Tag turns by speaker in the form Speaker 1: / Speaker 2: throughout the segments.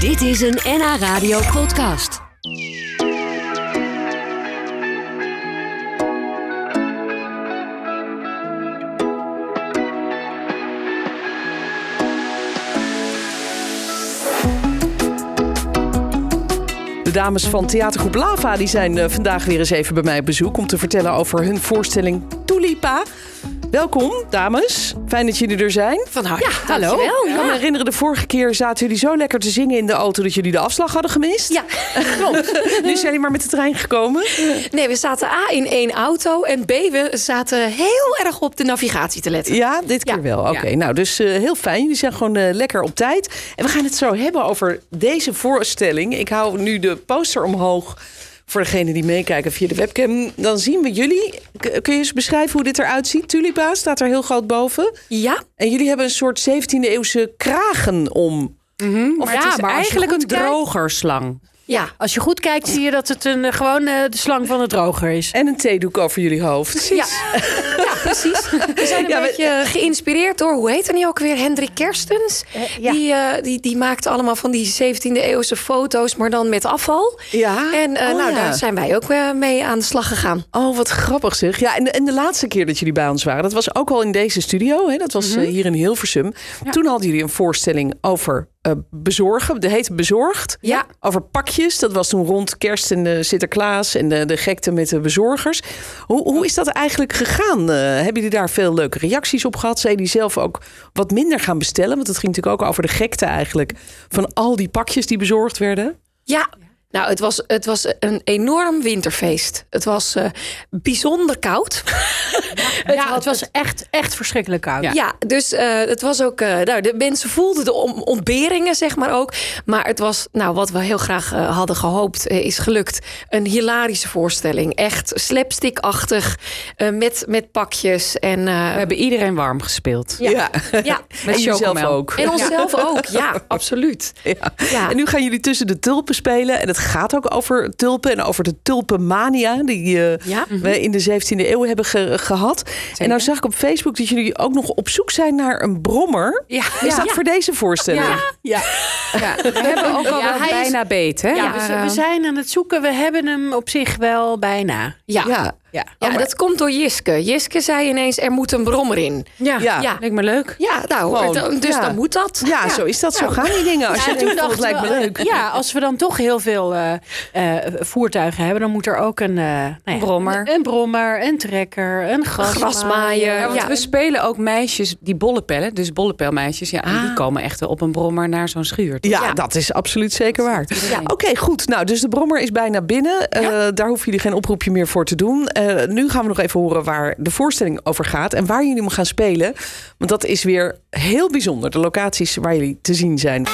Speaker 1: Dit is een NH Radio podcast.
Speaker 2: De dames van theatergroep Lava die zijn eh, vandaag weer eens even bij mij op bezoek om te vertellen over hun voorstelling Tulipa. Welkom, dames. Fijn dat jullie er zijn. Van harte. Ja, hallo.
Speaker 1: dankjewel.
Speaker 2: Ik kan me herinneren, de vorige keer zaten jullie zo lekker te zingen in de auto dat jullie de afslag hadden gemist.
Speaker 3: Ja, klopt.
Speaker 2: Nu zijn jullie maar met de trein gekomen.
Speaker 3: Nee, we zaten A in één auto en B, we zaten heel erg op de navigatie te letten.
Speaker 2: Ja, dit keer
Speaker 3: Ja.
Speaker 2: wel. Oké, nou, dus eh, heel fijn. Jullie zijn gewoon eh, lekker op tijd. En we gaan het zo hebben over deze voorstelling. Ik hou nu de poster omhoog voor degenen die meekijken via de webcam. Dan zien we jullie. K- kun je eens beschrijven hoe dit eruit ziet? Tulipa staat er heel groot boven.
Speaker 3: Ja,
Speaker 2: En jullie hebben een soort 17e-eeuwse kragen om.
Speaker 4: Maar
Speaker 3: Ja,
Speaker 4: het is
Speaker 3: maar als je
Speaker 4: eigenlijk
Speaker 3: Mhm, goed
Speaker 4: een drogerslang.
Speaker 3: ja.
Speaker 4: Als je goed kijkt, zie je dat het een, eh, gewoon eh, de slang van de droger is.
Speaker 2: En een theedoek over jullie hoofd.
Speaker 3: Ja. ja, precies. We zijn een
Speaker 2: Ja, we-
Speaker 3: beetje geïnspireerd door, hoe heet hij nu ook weer? Hendrik Kerstens. Die, eh, die, die maakt allemaal van die 17e eeuwse foto's, maar dan met afval.
Speaker 2: Ja?
Speaker 3: En eh,
Speaker 2: Oh,
Speaker 3: nou,
Speaker 2: ja.
Speaker 3: daar zijn wij ook eh, mee aan de slag gegaan.
Speaker 2: Oh, wat grappig zeg. Ja, en de, en de laatste keer dat jullie bij ons waren, dat was ook al in deze studio. Hè? Dat was eh, hier in Hilversum. Toen hadden jullie een voorstelling over eh, bezorgen. De heette Bezorgd.
Speaker 3: Ja.
Speaker 2: Over pakjes. Dat was toen rond kerst en eh, Sinterklaas en de, de gekte met de bezorgers. Hoe, hoe is dat eigenlijk gegaan? Eh, hebben jullie daar veel leuke reacties op gehad? Zijn jullie zelf ook wat minder gaan bestellen? Want het ging natuurlijk ook over de gekte eigenlijk. Van al die pakjes die bezorgd werden.
Speaker 3: Ja. Nou, het was, het was een enorm winterfeest. Het was eh, bijzonder koud.
Speaker 4: Het, ja, het was echt, echt verschrikkelijk koud.
Speaker 3: Ja, dus eh, het was ook. eh, nou, de mensen voelden de om- ontberingen, zeg maar ook. Maar het was, nou, wat we heel graag eh, hadden gehoopt, eh, is gelukt. Een hilarische voorstelling. Echt slapstickachtig, eh, met, met pakjes. En, eh,
Speaker 5: We hebben iedereen warm gespeeld.
Speaker 2: Ja.
Speaker 3: ja,
Speaker 2: En jezelf
Speaker 5: chocomel.
Speaker 2: ook.
Speaker 3: en onszelf ook. Ja, absoluut.
Speaker 2: Ja.
Speaker 3: Ja.
Speaker 2: En nu gaan jullie tussen de tulpen spelen. En het gaat ook over tulpen en over de tulpenmania die eh,
Speaker 3: Ja.
Speaker 2: we in de 17e eeuw hebben ge- gehad. En nou zag ik op Facebook dat jullie ook nog op zoek zijn naar een brommer.
Speaker 5: Ja.
Speaker 2: Is dat voor deze voorstelling?
Speaker 5: We hebben ook al
Speaker 4: Ja,
Speaker 5: wel
Speaker 4: hij is-
Speaker 5: bijna beet, hè?
Speaker 4: Ja,
Speaker 3: Ja,
Speaker 4: we z-
Speaker 3: eh,
Speaker 4: we, zijn aan het zoeken. We hebben hem op zich wel bijna.
Speaker 3: Ja. ja.
Speaker 2: Ja.
Speaker 4: Ja,
Speaker 3: dat komt door Jiske. Jiske zei ineens: er moet een brommer in.
Speaker 4: ja.
Speaker 2: Ja.
Speaker 3: Ja.
Speaker 4: lijkt me leuk.
Speaker 3: Ja, nou,
Speaker 2: Gewoon,
Speaker 3: dan- dus
Speaker 2: ja.
Speaker 3: dan moet dat.
Speaker 2: Ja, zo is dat. Zo gaan die dingen. Als je
Speaker 4: Ja,
Speaker 2: denkt,
Speaker 4: toen
Speaker 2: van, dat lijkt me
Speaker 4: we,
Speaker 5: eh,
Speaker 2: leuk.
Speaker 4: eh, Ja, als we dan toch heel veel eh, eh, voertuigen hebben, dan moet er ook een, eh, nou ja,
Speaker 5: brommer.
Speaker 4: een, een brommer, een trekker, een grasmaaier.
Speaker 3: grasmaaier.
Speaker 5: Ja, want
Speaker 3: Ja.
Speaker 5: we spelen ook meisjes die bollenpellen, dus bollenpelmeisjes. Ja, en die komen echt wel op een brommer naar zo'n schuur.
Speaker 2: Ja, dat is absoluut zeker waar. Oké, goed. Nou, dus de brommer is bijna binnen. Eh, daar hoeven jullie geen oproepje meer voor te doen. Eh, nu gaan we nog even horen waar de voorstelling over gaat en waar jullie hem gaan spelen. Want dat is weer heel bijzonder, de locaties waar jullie te zien zijn.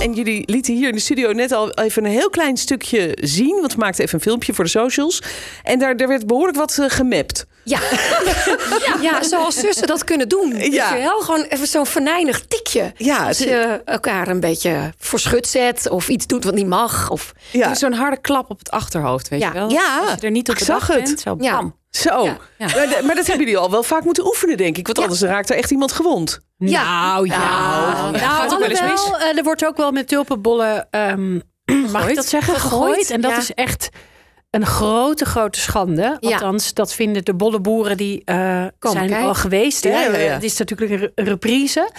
Speaker 2: En jullie lieten hier in de studio net al even een heel klein stukje zien. Want we maakten even een filmpje voor de socials. En daar, daar werd behoorlijk wat eh, gemapt.
Speaker 3: Ja. ja. zoals zussen dat kunnen doen. Weet
Speaker 2: Ja.
Speaker 3: je wel? Gewoon even zo'n venijnig tikje.
Speaker 2: Ja,
Speaker 3: Als
Speaker 2: het-
Speaker 3: je elkaar een beetje voor schut zet of iets doet wat niet mag. Of...
Speaker 2: Ja.
Speaker 5: Dus zo'n harde klap op het achterhoofd, weet
Speaker 3: Ja.
Speaker 5: je wel?
Speaker 2: Ja.
Speaker 5: Als je er niet op
Speaker 2: Ik zag
Speaker 5: bedacht
Speaker 2: het.
Speaker 5: bent, zo
Speaker 3: Ja.
Speaker 5: bam.
Speaker 2: Zo.
Speaker 3: Ja.
Speaker 5: Ja.
Speaker 2: Maar, de- maar dat hebben jullie al wel vaak moeten oefenen, denk ik. Want
Speaker 3: Ja.
Speaker 2: anders raakt er echt iemand gewond.
Speaker 3: Ja.
Speaker 5: Nou, ja.
Speaker 4: Nou,
Speaker 5: gaat ook wel eens mis.
Speaker 4: alhoewel, eh, er wordt ook wel met tulpenbollen, ehm, mag ik dat zeggen, gegooid.
Speaker 3: Gegooid,
Speaker 4: En dat
Speaker 3: ja.
Speaker 4: is echt een grote, grote schande.
Speaker 3: Ja.
Speaker 4: Althans, dat vinden de bolleboeren die eh, zijn
Speaker 3: kijken.
Speaker 4: al geweest. Hè?
Speaker 2: Ja, ja, ja.
Speaker 4: Het is natuurlijk een re- een reprise.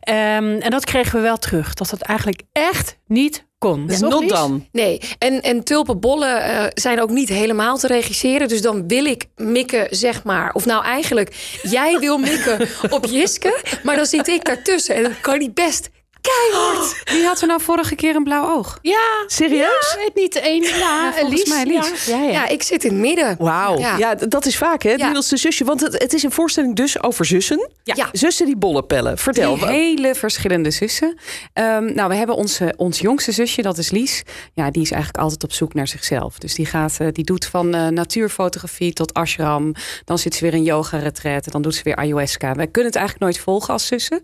Speaker 4: Ehm, en dat kregen we wel terug. Dat dat eigenlijk echt niet kon.
Speaker 2: Dus
Speaker 4: Toch,
Speaker 2: not
Speaker 4: Lies?
Speaker 2: dan.
Speaker 3: Nee, en, en tulpenbollen eh, zijn ook niet helemaal te regisseren. Dus dan wil ik mikken, zeg maar. Of nou eigenlijk, jij wil mikken op Jiske. Maar dan zit ik daartussen en dan kan die best keihard.
Speaker 5: Wie had er nou vorige keer een blauw oog?
Speaker 4: Ja,
Speaker 2: Serieus?
Speaker 4: ik weet niet. Een, ja,
Speaker 5: volgens
Speaker 4: Lies,
Speaker 5: mij Lies.
Speaker 4: Ja. Ja, ja.
Speaker 3: Ah, Ja, ik zit in het midden.
Speaker 2: Wauw. Ja.
Speaker 3: Ja.
Speaker 2: d- dat is vaak, hè? Het
Speaker 3: Ja.
Speaker 2: middelste zusje. Want het, het is een voorstelling dus over zussen.
Speaker 3: Ja.
Speaker 2: Zussen die bollen pellen. Vertel.
Speaker 5: Drie hele verschillende zussen. Ehm, nou, we hebben onze, ons jongste zusje, dat is Lies. Ja, die is eigenlijk altijd op zoek naar zichzelf. Dus die, gaat, eh, die doet van eh, natuurfotografie tot ashram. Dan zit ze weer in yoga retraite. Dan doet ze weer ayahuasca. Wij kunnen het eigenlijk nooit volgen als zussen.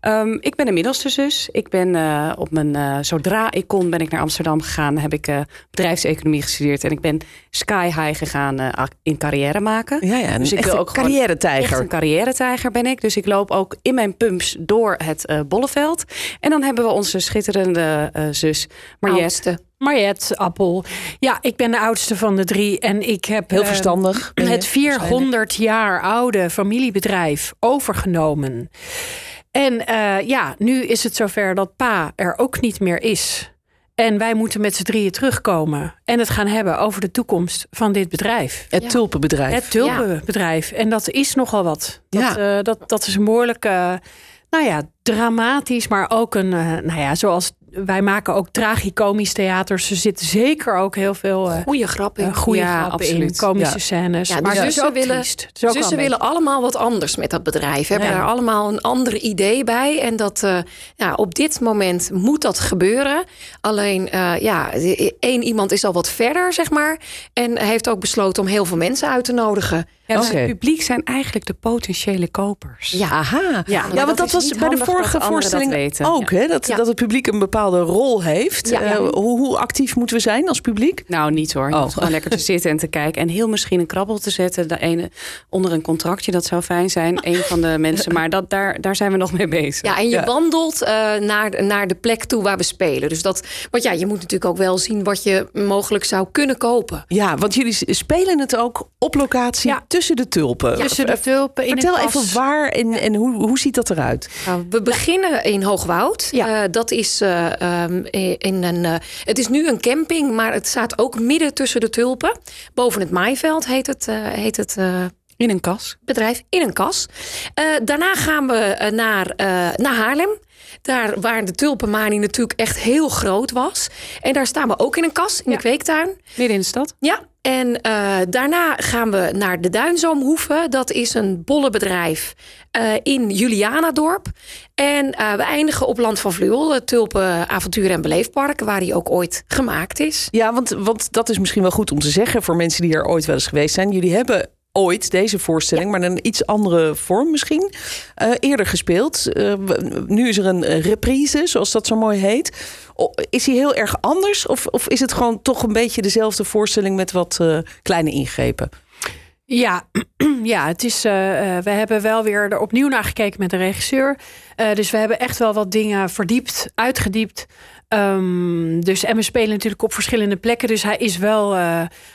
Speaker 5: Ehm, ik ben de middelste zus. Dus ik ben eh, op mijn, eh, zodra ik kon, ben ik naar Amsterdam gegaan. Heb ik eh, bedrijfseconomie gestudeerd en ik ben sky high gegaan eh, in carrière maken.
Speaker 2: Ja, ja.
Speaker 5: Dus ik wil ook gewoon Echt
Speaker 2: carrière-tijger.
Speaker 5: een carrière-tijger ben ik. Dus ik loop ook in mijn pumps door het eh, bolleveld. En dan hebben we onze schitterende eh, zus Mariette.
Speaker 3: Oudste.
Speaker 4: Mariette Appel. Ja, ik ben de oudste van de drie en ik heb
Speaker 2: Heel
Speaker 4: eh,
Speaker 2: verstandig. ben je,
Speaker 4: het 400 jaar oude familiebedrijf overgenomen. En eh, ja, nu is het zover dat pa er ook niet meer is. En wij moeten met z'n drieën terugkomen en het gaan hebben over de toekomst van dit bedrijf.
Speaker 2: Het
Speaker 3: Ja.
Speaker 2: tulpenbedrijf.
Speaker 4: Het tulpenbedrijf. En dat is nogal wat. Dat,
Speaker 2: Ja.
Speaker 4: eh, dat, dat is een behoorlijk, eh, nou ja, dramatisch, maar ook een, eh, nou ja, zoals wij maken ook tragicomisch theaters. Er zit zeker ook heel veel eh,
Speaker 3: Goeie grap.
Speaker 4: eh, goede
Speaker 5: Ja,
Speaker 4: grappen in,
Speaker 5: absoluut.
Speaker 4: komische
Speaker 2: Ja.
Speaker 4: scènes. Dus
Speaker 3: Ja, de
Speaker 4: maar het is
Speaker 3: zussen
Speaker 4: ook
Speaker 3: willen-
Speaker 4: triest. Het is ook wel
Speaker 3: Zussen
Speaker 4: een
Speaker 3: willen allemaal wat anders met dat bedrijf. Hebben
Speaker 4: Ja.
Speaker 3: daar allemaal een ander idee bij. En dat eh, ja, op dit moment moet dat gebeuren. Alleen eh, ja, één iemand is al wat verder, zeg maar. En heeft ook besloten om heel veel mensen uit te nodigen.
Speaker 5: Ja, dus
Speaker 2: Oké.
Speaker 5: Het publiek zijn eigenlijk de potentiële kopers.
Speaker 3: Ja.
Speaker 2: Aha.
Speaker 5: Ja,
Speaker 2: Ja, want
Speaker 5: maar dat
Speaker 2: dat
Speaker 5: is
Speaker 2: was
Speaker 5: niet
Speaker 2: bij de
Speaker 5: handig dat
Speaker 2: vorige
Speaker 5: anderen dat
Speaker 2: voorstelling
Speaker 5: weten.
Speaker 2: ook. Hè? Dat,
Speaker 3: Ja.
Speaker 2: dat het publiek een bepaalde rol heeft.
Speaker 3: Ja, ja.
Speaker 2: Eh, hoe, hoe actief moeten we zijn als publiek?
Speaker 5: Nou, niet hoor. Je
Speaker 2: Oh.
Speaker 5: hoeft gewoon lekker te zitten en te kijken. En heel misschien een krabbel te zetten. De ene, onder een contractje, dat zou fijn zijn. Een van de mensen. Maar dat, daar, daar zijn we nog mee bezig.
Speaker 3: Ja, en je
Speaker 2: Ja.
Speaker 3: wandelt eh, naar, naar de plek toe waar we spelen. Dus dat, want ja, je moet natuurlijk ook wel zien wat je mogelijk zou kunnen kopen.
Speaker 2: Ja, want jullie s- spelen het ook op locatie
Speaker 4: Ja.
Speaker 2: tussen de tulpen. Eh,
Speaker 4: Tussen de tulpen in
Speaker 2: Vertel
Speaker 4: een
Speaker 2: even
Speaker 4: kas.
Speaker 2: waar en, en hoe, hoe ziet dat eruit?
Speaker 3: Nou, we beginnen in Hoogwoud.
Speaker 4: Ja.
Speaker 3: Eh, dat is eh, ehm, in een. eh, het is nu een camping, maar het staat ook midden tussen de tulpen. Boven het maaiveld heet het, eh, heet het eh,
Speaker 5: In een kas.
Speaker 3: bedrijf in een kas. Eh, daarna gaan we eh, naar, eh, naar Haarlem. Daar waar de tulpenmanie natuurlijk echt heel groot was. En daar staan we ook in een kas in
Speaker 4: Ja.
Speaker 3: de kweektuin.
Speaker 5: Midden in de stad.
Speaker 3: Ja, en eh, daarna gaan we naar de Duinzoomhoeve. Dat is een bollenbedrijf eh, in Julianadorp. En eh, we eindigen op Land van Vluel, het Tulpen Avontuur en Beleefpark... waar die ook ooit gemaakt is.
Speaker 2: Ja, want, want dat is misschien wel goed om te zeggen voor mensen die er ooit wel eens geweest zijn. Jullie hebben ooit deze voorstelling, maar in een iets andere vorm misschien, eh, eerder gespeeld. Eh, w- nu is er een eh, reprise, zoals dat zo mooi heet. O- Is die heel erg anders of, of is het gewoon toch een beetje dezelfde voorstelling met wat eh, kleine ingrepen?
Speaker 4: Ja, ja het is, eh, eh, we hebben wel weer er opnieuw naar gekeken met de regisseur. Eh, dus we hebben echt wel wat dingen verdiept, uitgediept. Ehm, dus, en we spelen natuurlijk op verschillende plekken. Dus hij is wel, eh,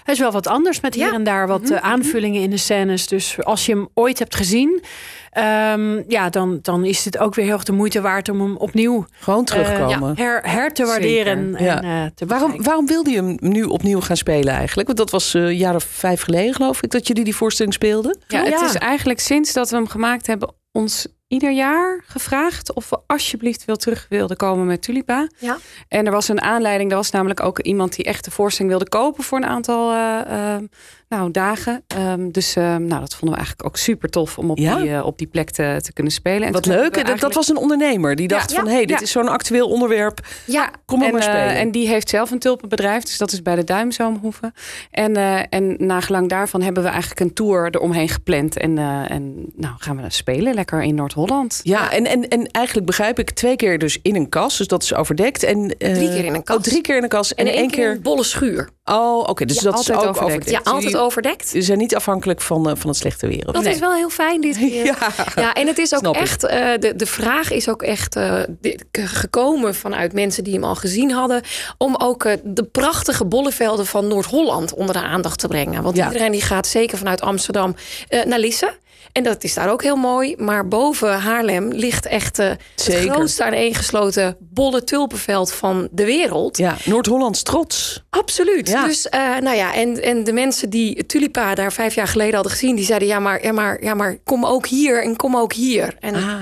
Speaker 4: hij is wel wat anders met hier
Speaker 3: Ja.
Speaker 4: en daar wat eh, aanvullingen in de scènes. Dus als je hem ooit hebt gezien, ehm, ja, dan, dan is dit ook weer heel erg de moeite waard om hem opnieuw eh,
Speaker 2: Gewoon terugkomen.
Speaker 4: her, her te waarderen.
Speaker 2: ja.
Speaker 4: En, eh, te
Speaker 2: Waarom,
Speaker 4: bekijken.
Speaker 2: waarom wilde je hem nu opnieuw gaan spelen eigenlijk? Want dat was eh, een jaar of vijf geleden geloof ik dat jullie die voorstelling speelden.
Speaker 5: Ja,
Speaker 4: Oh,
Speaker 5: het
Speaker 4: ja.
Speaker 5: is eigenlijk sinds dat we hem gemaakt hebben ons ieder jaar gevraagd of we alsjeblieft wil terug wilden komen met Tulipa.
Speaker 3: Ja.
Speaker 5: En er was een aanleiding, er was namelijk ook iemand die echt de voorstelling wilde kopen voor een aantal eh, eh, nou, dagen. Ehm, dus eh, nou, dat vonden we eigenlijk ook super tof om op,
Speaker 2: Ja?
Speaker 5: die, eh, op die plek te, te kunnen spelen. En
Speaker 2: Wat
Speaker 5: toen
Speaker 2: leuk.
Speaker 5: hebben we
Speaker 2: En dat, dat
Speaker 5: eigenlijk-
Speaker 2: was een ondernemer die dacht
Speaker 3: ja,
Speaker 2: van... hé, hey, dit
Speaker 5: ja.
Speaker 2: is zo'n actueel onderwerp.
Speaker 3: Ja,
Speaker 2: Kom maar
Speaker 5: en,
Speaker 2: maar
Speaker 5: eh,
Speaker 2: spelen.
Speaker 5: en die heeft zelf een tulpenbedrijf, dus dat is bij de Duimzoomhoeve. En, eh, en nagelang daarvan hebben we eigenlijk een tour eromheen gepland. En, eh, en nou gaan we dan spelen, lekker in Noord-Holland.
Speaker 2: ja, en, en, en eigenlijk begrijp ik twee keer dus in een kas. Dus dat is overdekt. En, eh,
Speaker 3: Drie keer in een kas.
Speaker 2: Oh, drie keer in een kas.
Speaker 3: en
Speaker 2: En, één keer...
Speaker 3: een bolle schuur.
Speaker 2: Oh, oké. dus dat is ook
Speaker 5: altijd
Speaker 2: overdekt. Dus
Speaker 5: overdekt.
Speaker 3: Ja, altijd overdekt.
Speaker 2: Jullie zijn niet afhankelijk van, eh, van het slechte weer. of
Speaker 3: Dat
Speaker 2: niet?
Speaker 3: is wel heel fijn dit keer.
Speaker 2: Ja.
Speaker 3: Ja, en het is
Speaker 2: Snap
Speaker 3: ook
Speaker 2: ik.
Speaker 3: echt, eh, de, de vraag is ook echt eh, di- k- gekomen vanuit mensen die hem al gezien hadden. Om ook eh, de prachtige bollevelden van Noord-Holland onder de aandacht te brengen. Want
Speaker 2: Ja.
Speaker 3: iedereen die gaat zeker vanuit Amsterdam eh, naar Lisse. En dat is daar ook heel mooi. Maar boven Haarlem ligt echt eh, het
Speaker 2: Zeker.
Speaker 3: grootste aaneengesloten bolle tulpenveld van de wereld.
Speaker 2: Ja, Noord-Hollands trots.
Speaker 3: Absoluut.
Speaker 2: Ja.
Speaker 3: Dus eh, nou ja, en, en de mensen die Tulipa daar vijf jaar geleden hadden gezien, die zeiden: ja, maar, ja, maar, ja, maar kom ook hier en kom ook hier. En
Speaker 2: Ah.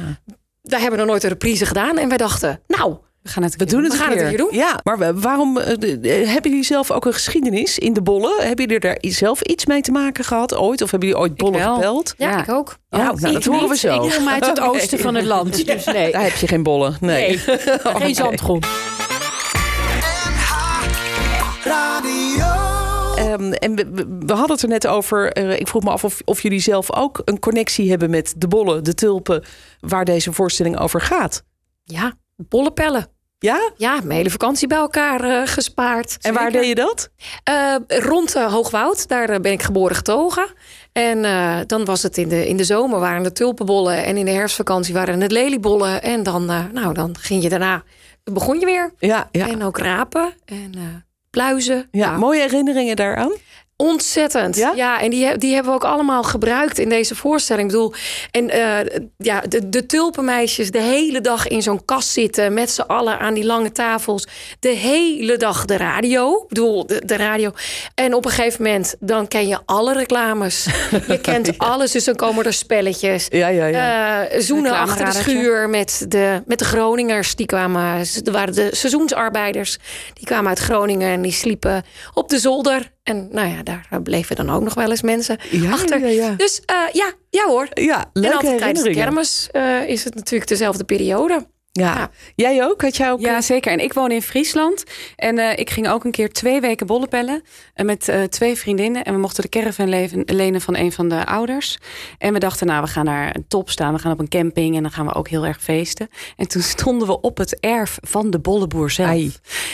Speaker 3: daar hebben we nog nooit een reprise gedaan. En wij dachten, nou,
Speaker 5: We gaan het
Speaker 2: We doen het
Speaker 3: We gaan
Speaker 2: een
Speaker 3: het
Speaker 2: keer.
Speaker 3: een keer doen.
Speaker 2: Ja, maar we- waarom eh, de- de- hebben jullie zelf ook een geschiedenis in de bollen? Hebben jullie daar zelf iets mee te maken gehad ooit? Of hebben jullie ooit bollen
Speaker 5: wel.
Speaker 2: gepeld?
Speaker 3: ja,
Speaker 5: Ja.
Speaker 3: ik ook.
Speaker 2: Oh, nou, dat
Speaker 4: Ik
Speaker 2: horen we
Speaker 4: niet.
Speaker 2: zo.
Speaker 4: Ik kom uit het oosten van het land. Dus nee,
Speaker 2: Daar heb je geen bollen. Nee.
Speaker 4: nee. geen zandgrond.
Speaker 2: Ehm, en we, we- we hadden het er net over. eh, ik vroeg me af of, of jullie zelf ook een connectie hebben met de bollen, de tulpen, waar deze voorstelling over gaat.
Speaker 3: Ja, Bollen pellen.
Speaker 2: Ja?
Speaker 3: Ja, mijn hele vakantie bij elkaar eh, gespaard.
Speaker 2: En waar
Speaker 3: Zeker.
Speaker 2: deed je dat?
Speaker 3: Eh, rond eh, Hoogwoud, daar eh, ben ik geboren getogen. En eh, dan was het in de, in de zomer waren de tulpenbollen. En in de herfstvakantie waren het leliebollen. En dan, eh, nou, dan ging je daarna, begon je weer.
Speaker 2: Ja, ja.
Speaker 3: En ook rapen en eh, pluizen. Nou,
Speaker 2: ja. Mooie herinneringen daaraan?
Speaker 3: Ontzettend.
Speaker 2: Ja?
Speaker 3: Ja, en die, he- die hebben we ook allemaal gebruikt in deze voorstelling. Ik bedoel, en eh, ja, de, de tulpenmeisjes de hele dag in zo'n kast zitten. Met z'n allen aan die lange tafels. De hele dag de radio. Ik bedoel, de, de radio. En op een gegeven moment, dan ken je alle reclames. Je kent alles. Dus dan komen er spelletjes.
Speaker 2: Ja, ja, ja.
Speaker 3: Eh, zoenen achter de
Speaker 5: Reclameradertje.
Speaker 3: schuur met de, met de Groningers. Die kwamen, ze- er waren de seizoensarbeiders. Die kwamen uit Groningen en die sliepen op de zolder. En nou ja, daar bleven dan ook nog wel eens mensen
Speaker 2: Ja,
Speaker 3: achter.
Speaker 2: ja, ja.
Speaker 3: Dus eh, ja, ja hoor.
Speaker 2: ja,
Speaker 3: en
Speaker 2: leuke
Speaker 3: altijd tijdens de
Speaker 2: herinneringen.
Speaker 3: kermis eh, is het natuurlijk dezelfde periode.
Speaker 2: Ja.
Speaker 3: Ja.
Speaker 2: Jij ook? Had jij ook?
Speaker 5: Ja, zeker. En ik woon in Friesland. En eh, ik ging ook een keer twee weken bollen pellen. En met eh, twee vriendinnen. En we mochten de caravan leven- lenen van een van de ouders. En we dachten, nou, we gaan naar een top staan. We gaan op een camping. En dan gaan we ook heel erg feesten. En toen stonden we op het erf van de bolleboer zelf.
Speaker 2: Ai.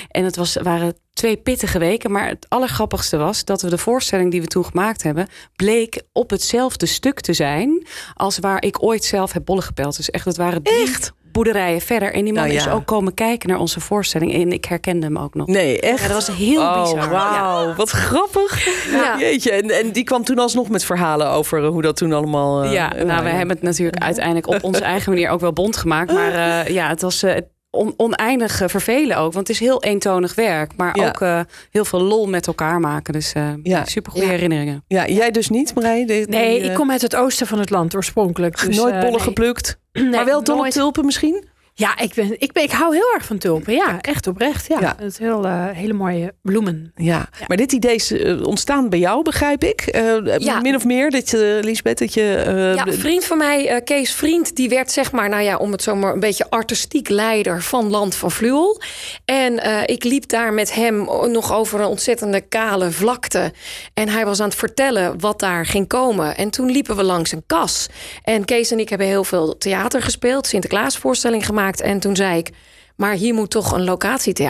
Speaker 5: En het was, waren twee pittige weken. Maar het allergrappigste was dat we de voorstelling die we toen gemaakt hebben. bleek op hetzelfde stuk te zijn. als waar ik ooit zelf heb bollen gepeld. Dus echt, het waren drie boerderijen verder. En die man
Speaker 2: Nou ja.
Speaker 5: is ook komen kijken naar onze voorstelling. En ik herkende hem ook nog.
Speaker 2: Nee, echt.
Speaker 5: Ja, dat was heel
Speaker 2: oh,
Speaker 5: bizar.
Speaker 2: Wauw, wat grappig.
Speaker 3: Ja.
Speaker 2: Jeetje, en, en die kwam toen alsnog met verhalen over eh, hoe dat toen allemaal. eh,
Speaker 5: ja, nou, we hebben het natuurlijk uiteindelijk op onze eigen manier ook wel bond gemaakt. Maar eh, ja, het was eh, on- oneindig eh, vervelen ook. Want het is heel eentonig werk. Maar
Speaker 2: Ja.
Speaker 5: ook eh, heel veel lol met elkaar maken. Dus eh
Speaker 2: Ja.
Speaker 5: super goede
Speaker 3: Ja.
Speaker 5: herinneringen.
Speaker 2: Ja, jij dus niet, Marij? De-
Speaker 4: Nee,
Speaker 2: die, eh,
Speaker 4: ik kom uit het oosten van het land oorspronkelijk. Dus,
Speaker 2: nooit
Speaker 4: eh,
Speaker 2: bollen
Speaker 4: nee.
Speaker 2: geplukt.
Speaker 4: Nee,
Speaker 2: maar wel dolle
Speaker 4: nooit.
Speaker 2: tulpen misschien?
Speaker 4: Ja, ik, ben, ik, ben, ik hou heel erg van tulpen. Ja, echt oprecht. Ja.
Speaker 2: Ja.
Speaker 4: Het is heel, eh, hele mooie bloemen.
Speaker 2: Ja. Maar dit idee is eh, ontstaan bij jou, begrijp ik. Eh,
Speaker 3: Ja.
Speaker 2: Min of meer, dat je, Lisbeth, dat je... eh,
Speaker 3: Ja,
Speaker 2: de-
Speaker 3: een vriend van mij, eh, Kees Vriend, die werd zeg maar, nou ja, om het zo maar een beetje artistiek leider van Land van Vluel. En eh, ik liep daar met hem nog over een ontzettende kale vlakte. En hij was aan het vertellen wat daar ging komen. En toen liepen we langs een kas. En Kees en ik hebben heel veel theater gespeeld, Sinterklaasvoorstelling gemaakt. En toen zei ik. Maar hier moet toch een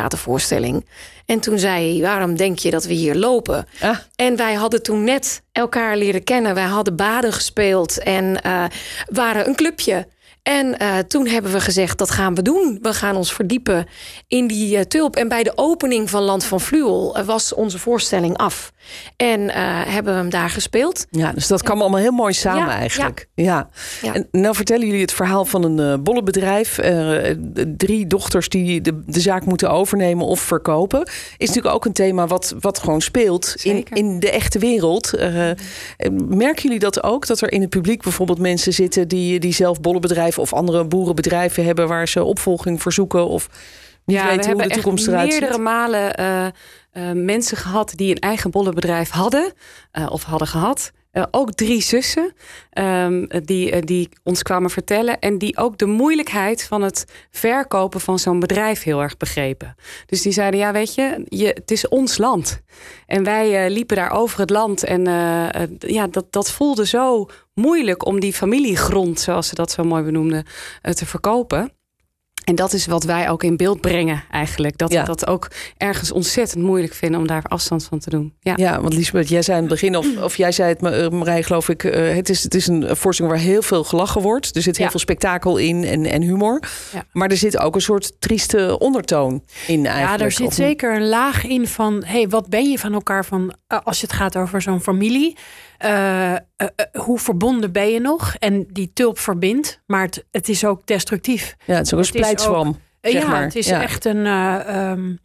Speaker 3: locatietheatervoorstelling. En toen zei hij: Waarom denk je dat we hier lopen?
Speaker 2: Ah.
Speaker 3: En wij hadden toen net elkaar leren kennen. Wij hadden baden gespeeld en eh, waren een clubje. En eh, toen hebben we gezegd, dat gaan we doen. We gaan ons verdiepen in die eh, tulp. En bij de opening van Land van Fluwel eh, was onze voorstelling af. En eh, hebben we hem daar gespeeld.
Speaker 2: Ja, dus dat kwam allemaal heel mooi samen
Speaker 3: Ja,
Speaker 2: eigenlijk. Ja.
Speaker 3: Ja.
Speaker 2: En nou vertellen jullie het verhaal van een eh, bollenbedrijf. Eh, drie dochters die de, de zaak moeten overnemen of verkopen. Is natuurlijk ook een thema wat, wat gewoon speelt in,
Speaker 5: Zeker.
Speaker 2: in de echte wereld. Eh, eh, merken jullie dat ook? Dat er in het publiek bijvoorbeeld mensen zitten die, die zelf bollenbedrijven of andere boerenbedrijven hebben waar ze opvolging voor zoeken of niet
Speaker 5: Ja, we
Speaker 2: weten hoe
Speaker 5: hebben
Speaker 2: de toekomst
Speaker 5: echt
Speaker 2: eruit
Speaker 5: meerdere
Speaker 2: ziet?
Speaker 5: malen eh, eh, mensen gehad die een eigen bollenbedrijf hadden eh, of hadden gehad. Eh, ook drie zussen ehm, die, eh, die ons kwamen vertellen. En die ook de moeilijkheid van het verkopen van zo'n bedrijf heel erg begrepen. Dus die zeiden, ja weet je, je het is ons land. En wij eh, liepen daar over het land. En eh, eh, ja, dat, dat voelde zo moeilijk om die familiegrond, zoals ze dat zo mooi benoemden, eh, te verkopen. En dat is wat wij ook in beeld brengen eigenlijk. Dat
Speaker 2: Ja.
Speaker 5: we dat ook ergens ontzettend moeilijk vinden om daar afstand van te doen. Ja,
Speaker 2: Ja, want Liesbeth, jij zei aan het begin, of, of jij zei het, maar, eh, Marij, geloof ik. eh, het, is, het is een voorstelling waar heel veel gelachen wordt. Er zit heel
Speaker 5: Ja.
Speaker 2: veel spektakel in en, en humor.
Speaker 5: Ja.
Speaker 2: Maar er zit ook een soort trieste ondertoon in eigenlijk.
Speaker 4: Ja, er
Speaker 2: of
Speaker 4: zit
Speaker 2: niet?
Speaker 4: zeker een laag in van... hey, wat ben je van elkaar van, eh, als het gaat over zo'n familie? Eh, eh, eh, hoe verbonden ben je nog? En die tulp verbindt, maar het, het is ook destructief.
Speaker 2: Ja, het is ook een
Speaker 4: Het is
Speaker 2: splijtswam.
Speaker 4: Eh,
Speaker 2: zeg
Speaker 4: ja,
Speaker 2: maar.
Speaker 4: het is
Speaker 2: Ja.
Speaker 4: echt een... eh, ehm,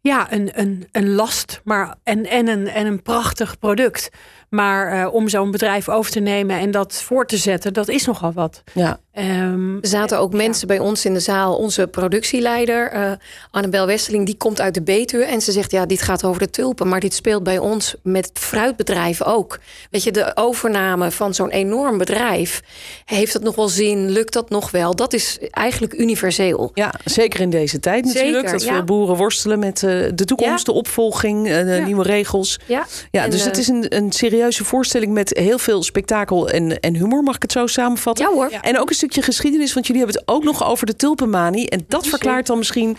Speaker 4: ja, een, een, een last maar, en, en, een, en een prachtig product. Maar eh, om zo'n bedrijf over te nemen en dat voor te zetten, dat is nogal wat.
Speaker 2: Ja.
Speaker 4: Ehm,
Speaker 3: Er zaten ook mensen bij ons in de zaal. Onze productieleider, eh Annabel Westeling, die komt uit de Betuwe. En ze zegt, ja, dit gaat over de tulpen. Maar dit speelt bij ons met fruitbedrijven ook. Weet je, de overname van zo'n enorm bedrijf. Heeft dat nog wel zin? Lukt dat nog wel? Dat is eigenlijk universeel.
Speaker 2: ja, zeker in deze tijd natuurlijk.
Speaker 3: Zeker,
Speaker 2: dat
Speaker 3: ja.
Speaker 2: veel boeren worstelen met eh, de toekomst,
Speaker 3: Ja.
Speaker 2: de opvolging, eh, de
Speaker 3: Ja.
Speaker 2: nieuwe regels.
Speaker 3: Ja,
Speaker 2: Ja,
Speaker 3: En,
Speaker 2: dus het
Speaker 3: eh,
Speaker 2: is een, een serieuze voorstelling met heel veel spektakel en, en humor, mag ik het zo samenvatten?
Speaker 3: Ja hoor.
Speaker 2: En ook een stukje geschiedenis, want jullie hebben het ook nog over de tulpenmanie. En dat verklaart dan misschien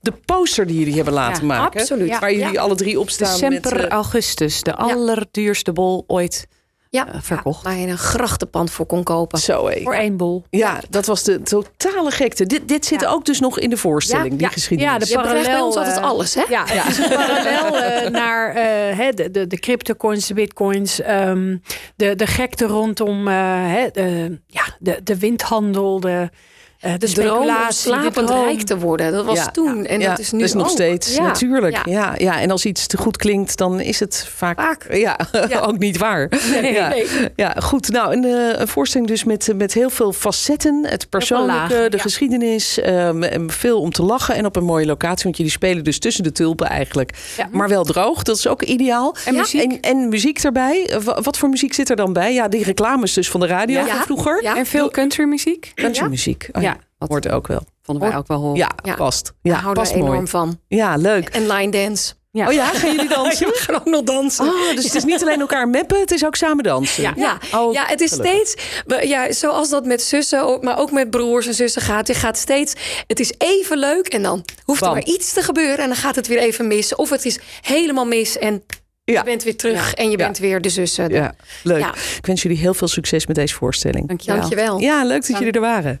Speaker 2: de poster die jullie hebben laten maken.
Speaker 3: absoluut. Ja,
Speaker 2: Waar jullie
Speaker 3: ja.
Speaker 2: alle drie op staan.
Speaker 5: December,
Speaker 2: met, eh,
Speaker 5: augustus. De allerduurste bol ooit
Speaker 3: Ja,
Speaker 5: eh, verkocht.
Speaker 3: waar je een grachtenpand oh. voor kon kopen.
Speaker 2: zo hé.
Speaker 4: Voor één bol.
Speaker 2: Ja, dat was de totale gekte. Dit, dit zit ook dus nog in de voorstelling,
Speaker 3: Ja,
Speaker 2: die
Speaker 4: ja.
Speaker 2: geschiedenis.
Speaker 4: Ja, de
Speaker 3: Je krijgt bij
Speaker 4: Parallel,
Speaker 3: ons altijd
Speaker 4: eh,
Speaker 3: alles, hè?
Speaker 4: Ja, het is een parallel eh, naar eh, hè, de, de, de cryptocoins, de bitcoins, ehm, de, de gekte rondom eh, hè, de, ja, de, de windhandel, de, eh, de,
Speaker 3: De droom om
Speaker 4: speculatie, de
Speaker 3: slapend
Speaker 4: droom.
Speaker 3: rijk te worden. Dat was
Speaker 2: Ja.
Speaker 3: toen en
Speaker 2: Ja, dus
Speaker 3: dat is nu
Speaker 2: nog
Speaker 3: ook.
Speaker 2: steeds,
Speaker 3: Ja.
Speaker 2: natuurlijk. Ja.
Speaker 3: Ja.
Speaker 2: Ja, en als iets te goed klinkt, dan is het vaak,
Speaker 3: Vaak.
Speaker 2: Ja,
Speaker 3: Ja.
Speaker 2: ook niet waar. ja.
Speaker 3: nee.
Speaker 2: ja, goed. Nou, een, eh, een voorstelling dus met, met heel veel facetten. Het persoonlijke,
Speaker 4: lagen,
Speaker 2: de
Speaker 4: ja.
Speaker 2: geschiedenis. ehm, en veel om te lachen en op een mooie locatie. Want jullie spelen dus tussen de tulpen eigenlijk. Maar wel droog, dat is ook ideaal.
Speaker 5: En muziek.
Speaker 2: En, en muziek erbij. Eh, wa- Wat voor muziek zit er dan bij? Ja, die reclames dus van de radio
Speaker 3: Ja.
Speaker 2: van vroeger.
Speaker 3: Ja.
Speaker 5: En veel countrymuziek.
Speaker 2: Countrymuziek. Oh, ja.
Speaker 5: Ja, wat
Speaker 2: Hoort ook wel.
Speaker 5: vonden wij ook wel horen.
Speaker 2: Ja,
Speaker 3: Ja.
Speaker 2: past.
Speaker 3: Daar
Speaker 2: Ja,
Speaker 3: houden we
Speaker 2: past
Speaker 3: enorm
Speaker 2: mooi.
Speaker 3: van.
Speaker 2: Ja, leuk.
Speaker 3: En line dance.
Speaker 5: Ja.
Speaker 2: Oh ja, gaan jullie dansen?
Speaker 3: We gaan ook nog dansen.
Speaker 2: Oh, dus het is niet alleen elkaar meppen, het is ook samen dansen.
Speaker 3: Ja, ja.
Speaker 2: Oh,
Speaker 3: ja het is
Speaker 2: gelukkig.
Speaker 3: steeds, we- ja, zoals dat met zussen, ook- maar ook met broers en zussen gaat. Je gaat steeds, het is even leuk en dan hoeft
Speaker 2: Bam.
Speaker 3: er maar iets te gebeuren en dan gaat het weer even mis. Of het is helemaal mis en
Speaker 2: Ja.
Speaker 3: je bent weer terug en je
Speaker 2: Ja.
Speaker 3: bent weer de zussen.
Speaker 2: Ja, leuk.
Speaker 3: Ja.
Speaker 2: Ik wens jullie heel veel succes met deze voorstelling.
Speaker 5: Dankjewel.
Speaker 3: Dankjewel.
Speaker 2: Ja, leuk dat jullie er waren.